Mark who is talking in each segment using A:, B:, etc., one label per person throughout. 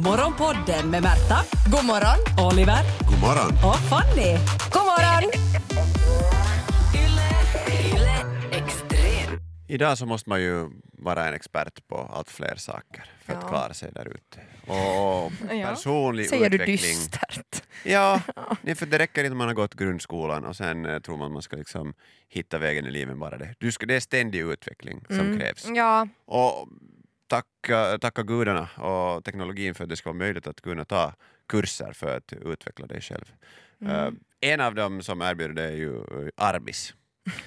A: Morgonpodden med Märta,
B: God morgon!
A: Oliver
C: God morgon.
A: och Fanny.
B: God morgon!
D: Idag så måste man ju vara en expert på allt fler saker för att
B: Ja.
D: klara sig där ute. Och personlig
B: Säger du
D: utveckling.
B: dystert?
D: Ja, nej, för det räcker inte om man har gått grundskolan och sen eh, tror man man ska liksom hitta vägen i livet bara det. Du ska, det är ständig utveckling som
B: Mm.
D: krävs.
B: Ja,
D: Och tacka, tacka gudarna och teknologin för att det ska vara möjligt att kunna ta kurser för att utveckla dig själv.
B: Mm.
D: Eh, en av dem som erbjuder det är ju eh, Arbis.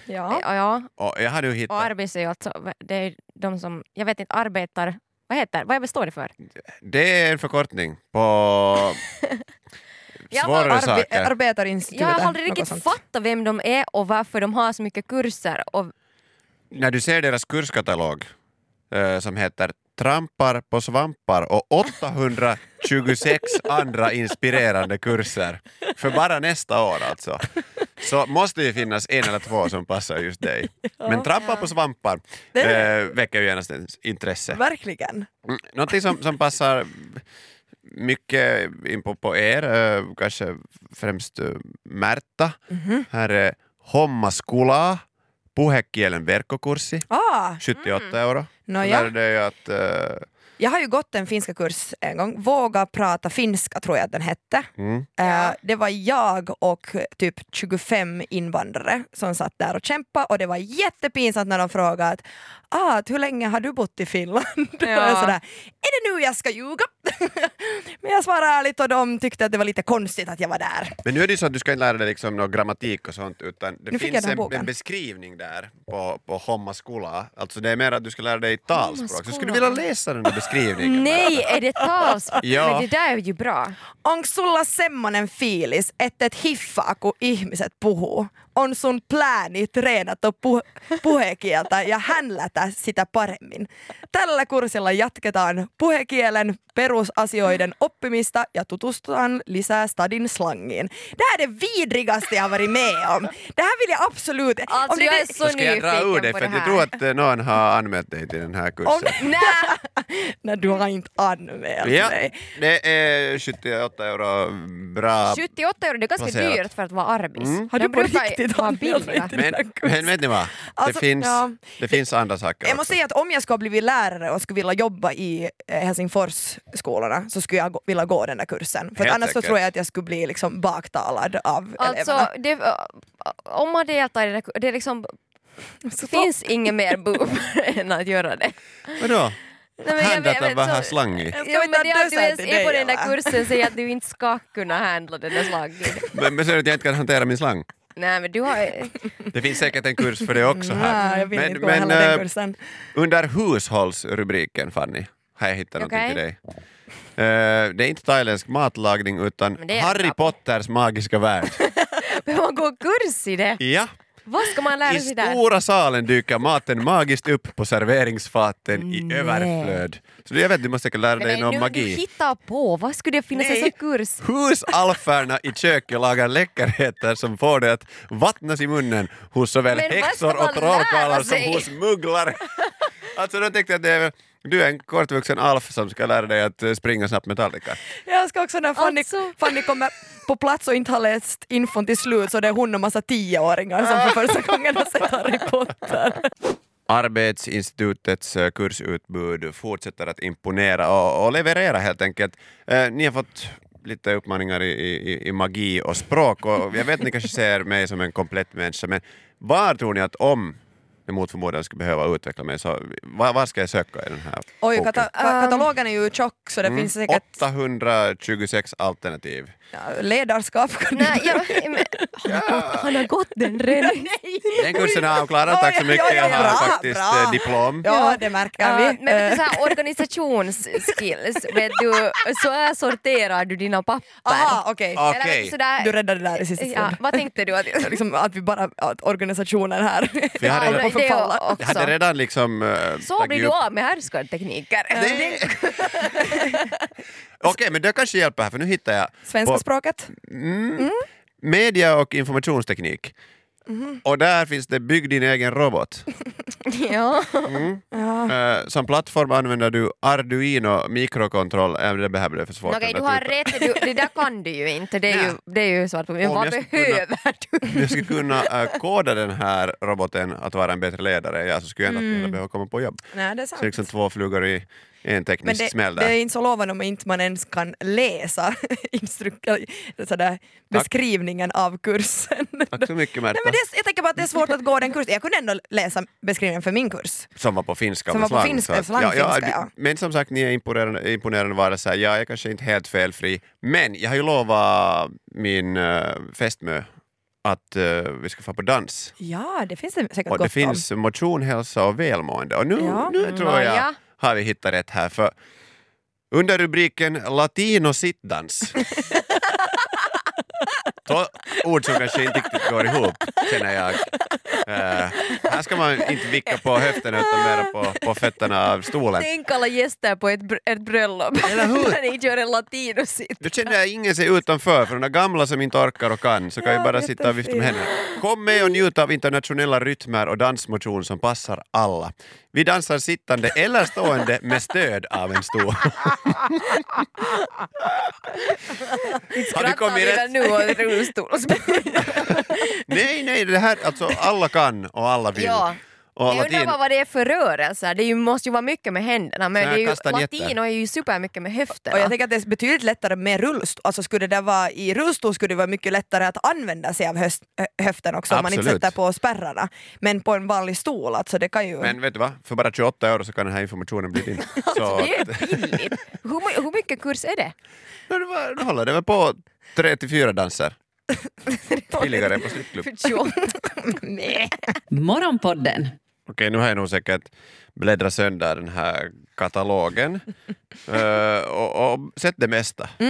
B: ja. ja.
D: Och jag har nu
E: Eh, Och
D: hittat...
E: arbets är ju alltså, det är de som, jag vet inte, arbetar, vad heter, vad består det för?
D: Det är en förkortning på
E: Ja,
D: svårare
B: Arbe-
D: saker.
E: Jag
B: arbetarinstitutet.
E: har aldrig
B: något
E: riktigt
B: sånt.
E: fattat vem de är och varför de har så mycket kurser. Och,
D: När du ser deras kurskatalog eh, som heter Trampar på svampar och 826 andra inspirerande kurser för bara nästa år alltså. Så måste ju finnas en eller två som passar just dig. Men trampar på svampar eh, väcker ju genast ens intresse.
B: Verkligen.
D: Mm, Någonting som, som passar mycket in på, på er, eh, kanske främst eh, Märta.
B: Mhm.
D: Här är Homma Skola, puhekielen verkkokurssi,
B: Ah,
D: 78 euro.
B: Nå
D: Så
B: ja.
D: där är det ju att, eh,
B: jag har ju gått en finska kurs en gång. Våga prata finska tror jag att den hette.
D: mm,
B: Eh, Det var jag och typ 25 invandrare som satt där och kämpade och det var jättepinsamt när de frågade att, ah, att hur länge har du bott i Finland? Och jag sådär, är det nu jag ska ljuga? Men jag svarade ärligt och de tyckte att det var lite konstigt att jag var där.
D: men nu är det ju så att du ska inte lära dig liksom någon grammatik och sånt utan det
B: Nu fick jag
D: finns
B: den
D: en,
B: boken.
D: en beskrivning där på, på Homma Skola. Alltså det är mer att du ska lära dig talspråk. Så skulle du vilja läsa den där beskrivningen?
E: nej, är det tals?
D: Ja.
E: Men det där är ju bra.
B: Onko sulla semmonen fiilis, että et hiffaa, kun ihmiset puhuu? On sun plääni treenata pu- puhekieltä ja hänlätä sitä paremmin. Tällä kurssilla jatketaan puhekielen perusasioiden oppimista ja tutustutaan lisää stadin slangiin. Det här är det vidrigaste jag har varit med om. Det här vill jag absolut...
E: Alltså
B: om det,
E: jag är
B: det-
E: så
D: Så ska jag dra ur dig
E: nyfiken på
D: för
E: det
D: att jag
E: här.
D: tror att eh, någon har anmält dig till den här kursen.
B: om,
E: Nej,
B: Nej, No, du har inte anmält
D: Ja,
B: mig.
D: det är 78 euro bra.
E: 78 euro, det är ganska
D: Placerat. Mm.
E: dyrt för att vara arbets.
B: Har du
E: De
B: på
E: brukar
B: riktigt
E: vara
B: anmält dig
E: billiga.
B: till-
D: Men, men vet ni vad?
B: Alltså,
D: det, finns,
B: ja.
D: det finns andra saker
B: Jag
D: också.
B: måste säga att om jag ska bli lärare och skulle vilja jobba i eh, Helsingforsskolorna så skulle jag gå, vilja gå den där kursen. För att
D: Helt
B: annars så
D: säkert.
B: tror jag att jag skulle bli liksom baktalad av
E: Alltså,
B: eleverna.
E: det, om man deltar i det, det är liksom,
B: Så
E: finns inget mer boomer än att göra det.
D: Vadå?
E: Nej, men jag
D: Handlat
E: vet- jag
D: om
E: vet,
D: vad
E: så-
D: här slang i?
B: Ska
E: Ja,
B: vi
E: men
B: ta
E: det är att du
B: dussin
E: ens
B: till
E: är på
B: dig,
E: den där
B: eller?
E: kursen säger att du inte ska kunna handla den där slangen.
D: Men, men ser du att jag inte kan hantera min slang?
E: Nej men du har...
D: Det finns säkert en kurs för det också här.
B: Nej, jag vill
D: Men-
B: inte gå
D: men,
B: heller den
D: eh,
B: kursen.
D: Under hushållsrubriken, Fanny, har jag hittat någonting
E: Okej.
D: till dig. Eh, det är inte thailändsk matlagning utan
E: Men det är
D: Harry
E: bra.
D: Potters magiska värld.
E: Behöver man gå kurs i det?
D: ja.
E: Vad ska man
D: I
E: lära sig där?
D: stora salen dyker maten magiskt upp på serveringsfaten i överflöd. Så jag vet, du måste säkert lära dig någon
E: nu, du
D: magi.
E: hittar på, vad skulle det finnas en
D: Nej.
E: sån kurs?
D: Husalferna i köket lagar läckerheter som får det att vattnas i munnen hos såväl
E: Men vad ska
D: häxor
E: man
D: och trollkarlar
E: lära
D: som
E: sig?
D: hos mugglare. Alltså då tänkte jag att det är, du är en kortvuxen alf som ska lära dig att eh, springa snabbt med tallrikar.
B: Jag ska också när Fanny,
E: Alltså-
B: Fanny kommer på plats och inte har läst infon till slut så det är hon och massa tioåringar som för första gången har sett Harry Potter.
D: Arbetsinstitutets eh, kursutbud fortsätter att imponera och, och leverera helt enkelt. Eh, ni har fått lite uppmaningar i, i, i magi och språk och jag vet ni kanske ser mig som en komplett människa men var tror ni att om jag mot förmodan skulle behöva utveckla mig så var, var ska jag söka i den här
B: Oj,
D: boken?
B: kata-
E: Um,
B: ka- katalogen är ju tjock så det
D: Mm,
B: finns säkert
D: 826 alternativ.
B: ja, ledarskap.
E: Nej, jag, men, han, har gått, han har gått den redan.
D: Den kursen är avklarad, tack så
B: Oj, oj,
D: mycket.
B: oj,
D: Jag
B: bra,
D: har faktiskt
B: bra.
D: eh, diplom.
B: Ja, det märker vi.
E: Ja, men vet du, så här organisationsskills, vet du, så här sorterar du dina papper.
B: Eh, Aha, okej.
D: Okej.
E: Eller vet du, sådär,
B: Du räddade det där i sista
E: ja,
B: stund.
E: vad tänkte du? Att,
B: liksom att vi bara, att organisationen här
D: Vi har
B: håller på
D: redan-
B: att förfalla.
E: det
D: Jag
E: också.
D: hade redan liksom... eh,
E: Så
D: tagit
E: blir
D: upp-
E: du av med härskartekniker.
D: Nej. Okej, men det kanske hjälper här, för nu hittar jag
B: Svenska
D: på
B: språket.
D: media och informationsteknik.
B: Mhm.
D: Och där finns det Bygg din egen robot.
E: Ja.
D: Mm.
B: Ja.
D: Eh, som plattform använder du Arduino mikrokontroll. Äh, det här blev för svårt.
E: Okej,
D: den där
E: du har
D: typen.
E: rätt. Du, det där kan du ju inte. Det är, ju, det är ju svart på vitt.
D: Om
E: Men Vad
D: jag skulle kunna-
E: behöver du?
D: Om jag skulle kunna eh, koda den här roboten att vara en bättre ledare ja, så skulle jag inte mm. behöva komma på jobb.
B: Nej, det är
D: Så
B: sant.
D: det är liksom två flugor i en
B: Men
D: teknisk
B: det,
D: smäll
B: det
D: där.
B: är inte så lovande om inte man ens kan läsa instruk- eller sådär, beskrivningen av kursen.
D: Tack så mycket Märta,
B: Nej, men det, är- jag tänker bara att det är svårt att gå den kursen. Jag kunde ändå läsa beskrivningen för min kurs.
D: som var på finska.
B: Som
D: med
B: var på
D: slang,
B: finska,
D: så att-
B: slang
D: ja,
B: finska, ja.
D: du- Men som sagt, ni är imponerande, imponerande vara så här, ja, jag är kanske inte helt felfri, men jag har ju lovat min äh, fästmö att eh, vi ska få på dans.
B: Ja, det finns det säkert
D: Och
B: gott
D: det finns motion, hälsa och välmående. Och nu,
B: Ja.
D: nu tror jag
E: Nåja.
D: har vi hittat rätt här. För under rubriken Latino sittdans. Två ord som kanske inte riktigt går ihop, känner jag. Eh, här ska man inte vicka på höften utan mer på, på fötterna av stolen.
E: Tänk alla gäster på ett, br- ett bröllop.
D: Eller hur?
E: När ni gör en latinosit.
D: Då känner jag ingen sig utanför, för de där gamla som inte orkar och kan så kan
B: Ja,
D: jag bara sitta och vifta med
B: jättefint.
D: händerna. Kom med och njut av internationella rytmer och dansmotion som passar alla. Vi dansar sittande eller stående med stöd av en stol. Har du
E: Skrattar
D: kommit
E: vi väl
D: rätt?
E: nu åt rullstolsburen?
D: Nej, nej, det här, alltså alla kan och alla vill.
E: Ja.
D: Och
E: Jag
D: latin,
E: undrar bara vad det är för rörelser. Det är ju, måste ju vara mycket med händerna. Men
D: Så här
E: det är ju,
D: kastanjetter.
E: latino är ju supermycket med höfterna.
B: Och jag tänker att det är betydligt lättare med rullstol. Alltså skulle det vara i rullstol skulle det vara mycket lättare att använda sig av höst, ö- höften också om man inte
D: Absolut.
B: sätter på spärrarna. Men på en vanlig stol, alltså det kan ju...
D: men vet du vad, för bara 28 euro så kan den här informationen bli din. Så,
E: Det är ju billigt. Hur, mu- hur mycket kurs är det?
D: nu, nu håller det väl på tre till fyra danser. Billigare än på strippklubb.
E: För 28.
B: Nej.
A: Morgonpodden
D: Okej, nu har jag nog säkert bläddrat sönder den här katalogen Eh, och, och sett det mesta.
B: Du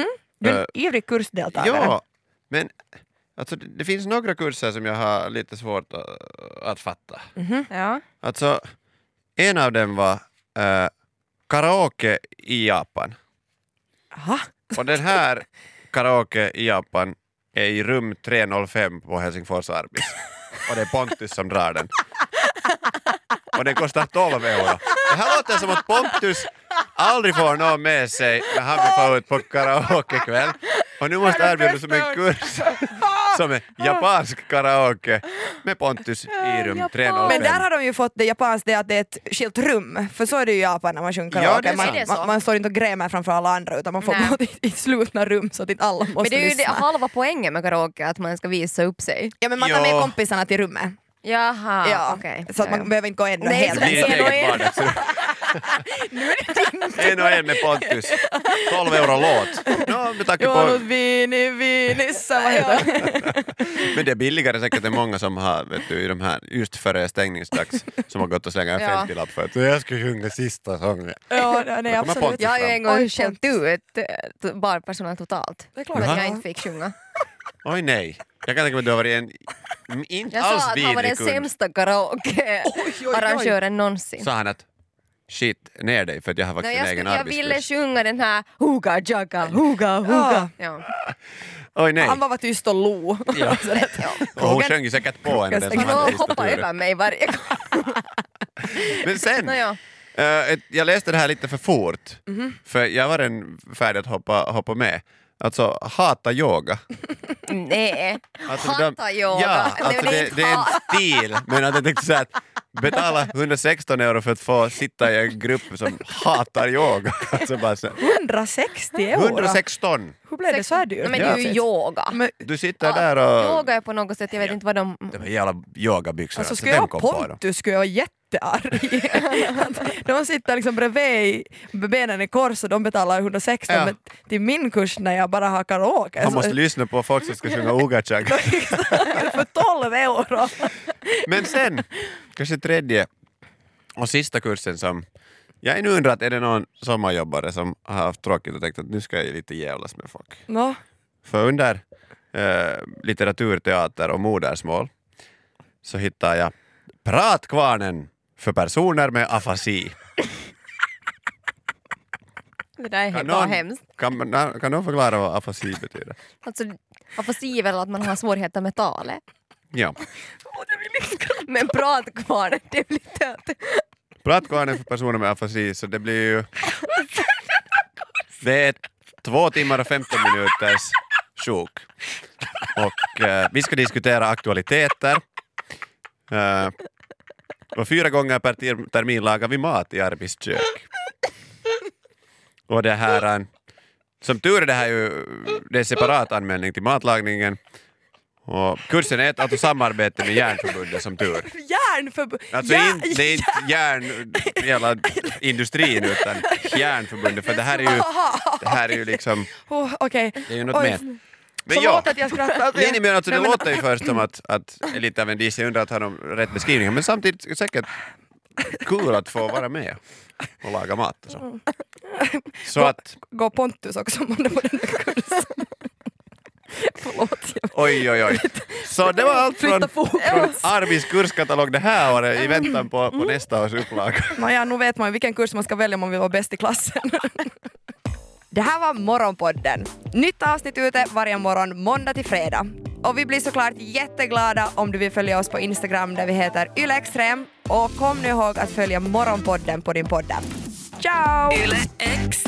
B: är
D: Eh,
B: en ivrig kursdeltagare.
D: ja, men alltså, det, det finns några kurser som jag har lite svårt att, att fatta.
E: Ja.
D: Alltså, en av dem var eh, karaoke i Japan.
B: Aha.
D: Och den här karaoke i Japan är i rum 305 på Helsingfors Arbis. Och det är Pontus som drar den. Och den kostar 12 euro. Det här låter som att Pontus aldrig får någon med sig när han vill få ut på karaokekväll. Och nu måste erbjudas som en kurs som är japansk karaoke med Pontus i rum
E: Japan.
D: 305.
B: Men där har de ju fått det japanskt, det att det är ett skilt rum. För så är det ju i Japan när man sjunger
D: Ja, det är
B: karaoke.
D: sant.
E: Är det
B: man,
E: så?
B: man, man står inte och grämer framför alla andra utan man får
E: Nej.
B: gå i, i slutna rum så att inte alla måste
E: Men det är ju det,
B: lyssna.
E: halva poängen med karaoke, att man ska visa upp sig.
B: Ja men man tar
D: Ja.
B: med kompisarna till rummet.
E: Jaha,
B: ja.
E: Ah, okej.
B: Så att man
E: Ja, ja.
B: behöver inte gå en och
E: Nej,
B: helt
D: det blir ett
E: En och
D: eget
E: en.
D: vardagsrum. En och en med Pontus. 12 euro låt. No, med tanke på
B: vini, vini, vad heter det?
D: Men det är billigare säkert än många som har, vet du, i de här, just före stängningsdags, som har gått och slängt en
E: Ja.
D: 50-lapp för att jag ska sjunga sista sången.
B: Ja, nej,
D: kommer
B: absolut.
D: Pontus.
E: Jag har ju en gång
B: Oj,
E: skällt ut eh, t- barpersonen totalt.
B: Det är klart
E: För
B: att
E: att jag
B: jag
E: inte fick sjunga.
D: Oj nej, jag kan tänka mig att du har varit en mm, inte
E: Jag sa
D: alls
E: att han var
D: vidrig
E: den
D: kund.
E: sämsta karaokearrangören någonsin.
D: Sa han att shit, ner dig för att jag har
E: No,
D: faktiskt
E: jag,
D: en egen
E: skulle, jag ville
D: arbetskurs.
E: sjunga den här Huga Jaga Huga Huga. Ja.
D: Oj nej.
B: Han bara var tyst och lo.
D: Ja.
E: Ja.
D: Och hon
B: Krogen-
D: sjöng ju säkert på en den som
B: Krogen-
D: hade
E: Han
D: sista
E: hoppar
D: turen.
E: över mig varje gång.
D: Men sen,
E: Nåja.
D: eh, ett- jag läste det här lite för fort,
E: Mhm.
D: för jag var redan färdig att hoppa, hoppa med. Alltså, hata yoga.
E: Nej.
D: Alltså,
E: Hatta
D: de-
E: yoga.
D: Ja,
E: Nej,
D: alltså
E: men det är
D: det,
E: inte
D: det är en
E: hat.
D: stil. Men att jag tänkte så här, att betala 116 euro för att få sitta i en grupp som hatar yoga. Alltså bara så, här,
B: 160 euro.
D: 116!
B: Hur blev det så här dyrt?
E: Men det är ju
D: Ja.
E: yoga.
B: Men-
D: Du sitter där och...
E: Yoga är på något sätt, jag vet inte vad de...
D: De här jävla yogabyxorna.
B: Alltså
D: alltså,
B: skulle jag
D: dem kom
B: ha
D: på dem.
B: Pontus skulle jag vara jättearg. Att de sitter liksom bredvid i- med benen i kors och de betalar 116
D: Ja.
B: men till min kurs när jag bara har karaoke
D: Han
B: så-
E: Alltså-
D: måste lyssna på folk som ska sjunga Ugachag.
B: för 12 euro.
D: Men sen, kanske tredje och sista kursen som... Jag är nu undrat, är det någon sommarjobbare som har haft tråkigt och tänkt att nu ska jag ju lite jävlas med folk?
B: No.
D: För under eh, litteratur, teater och modersmål så hittar jag Pratkvarnen för personer med afasi.
E: Det där är he- bara hemskt.
D: kan, man- kan någon förklara vad afasi betyder?
E: Alltså, afasi är väl att man har svårigheter med talet.
D: Ja.
E: Men pratkvarnen, det blir dött.
D: Plattkvarnen för personer med afasi, så det blir ju... Det är två timmar och 15 minuters sjok. Och eh, vi ska diskutera aktualiteter. Eh, och fyra gånger per ter- termin lagar vi mat i Arbis kök. Och det här... eh, Som tur är det här ju det är separat anmälning till matlagningen. Och kursen är ett alltså samarbete med Järnförbundet som tur.
B: Järnförbund...
D: Alltså
B: Jär-
D: inte- det är inte järn, hela industrin utan järnförbundet för det här är ju, det här är ju liksom,
B: Oh, Okej.
D: det är ju något
B: Oj,
D: mer. Men
B: Förlåt
D: ja,
B: att jag skrattar. åt
D: nej, nej,
B: det.
D: men alltså, det
B: Nej, men-
D: låter ju först som att, att är lite av en diss, jag undrar att har de rätt beskrivningar men samtidigt säkert kul att få vara med och laga mat och så. Så att,
B: Går Pontus också måndag på den där kursen? Förlåt. jag-
D: oj oj oj. Så det var allt från,
B: Flytta
D: från
B: fokus.
D: Arvis kurskatalog det här året i väntan på,
B: Mm.
D: på nästa års upplaga.
B: Nåja, nu vet man ju vilken kurs man ska välja om man vill vara bäst i klassen. Det här var Morgonpodden. Nytt avsnitt ute varje morgon måndag till fredag. Och vi blir såklart jätteglada om du vill följa oss på Instagram där vi heter ylextrem. Och kom nu ihåg att följa Morgonpodden på din poddapp. Ciao!
C: Yle X.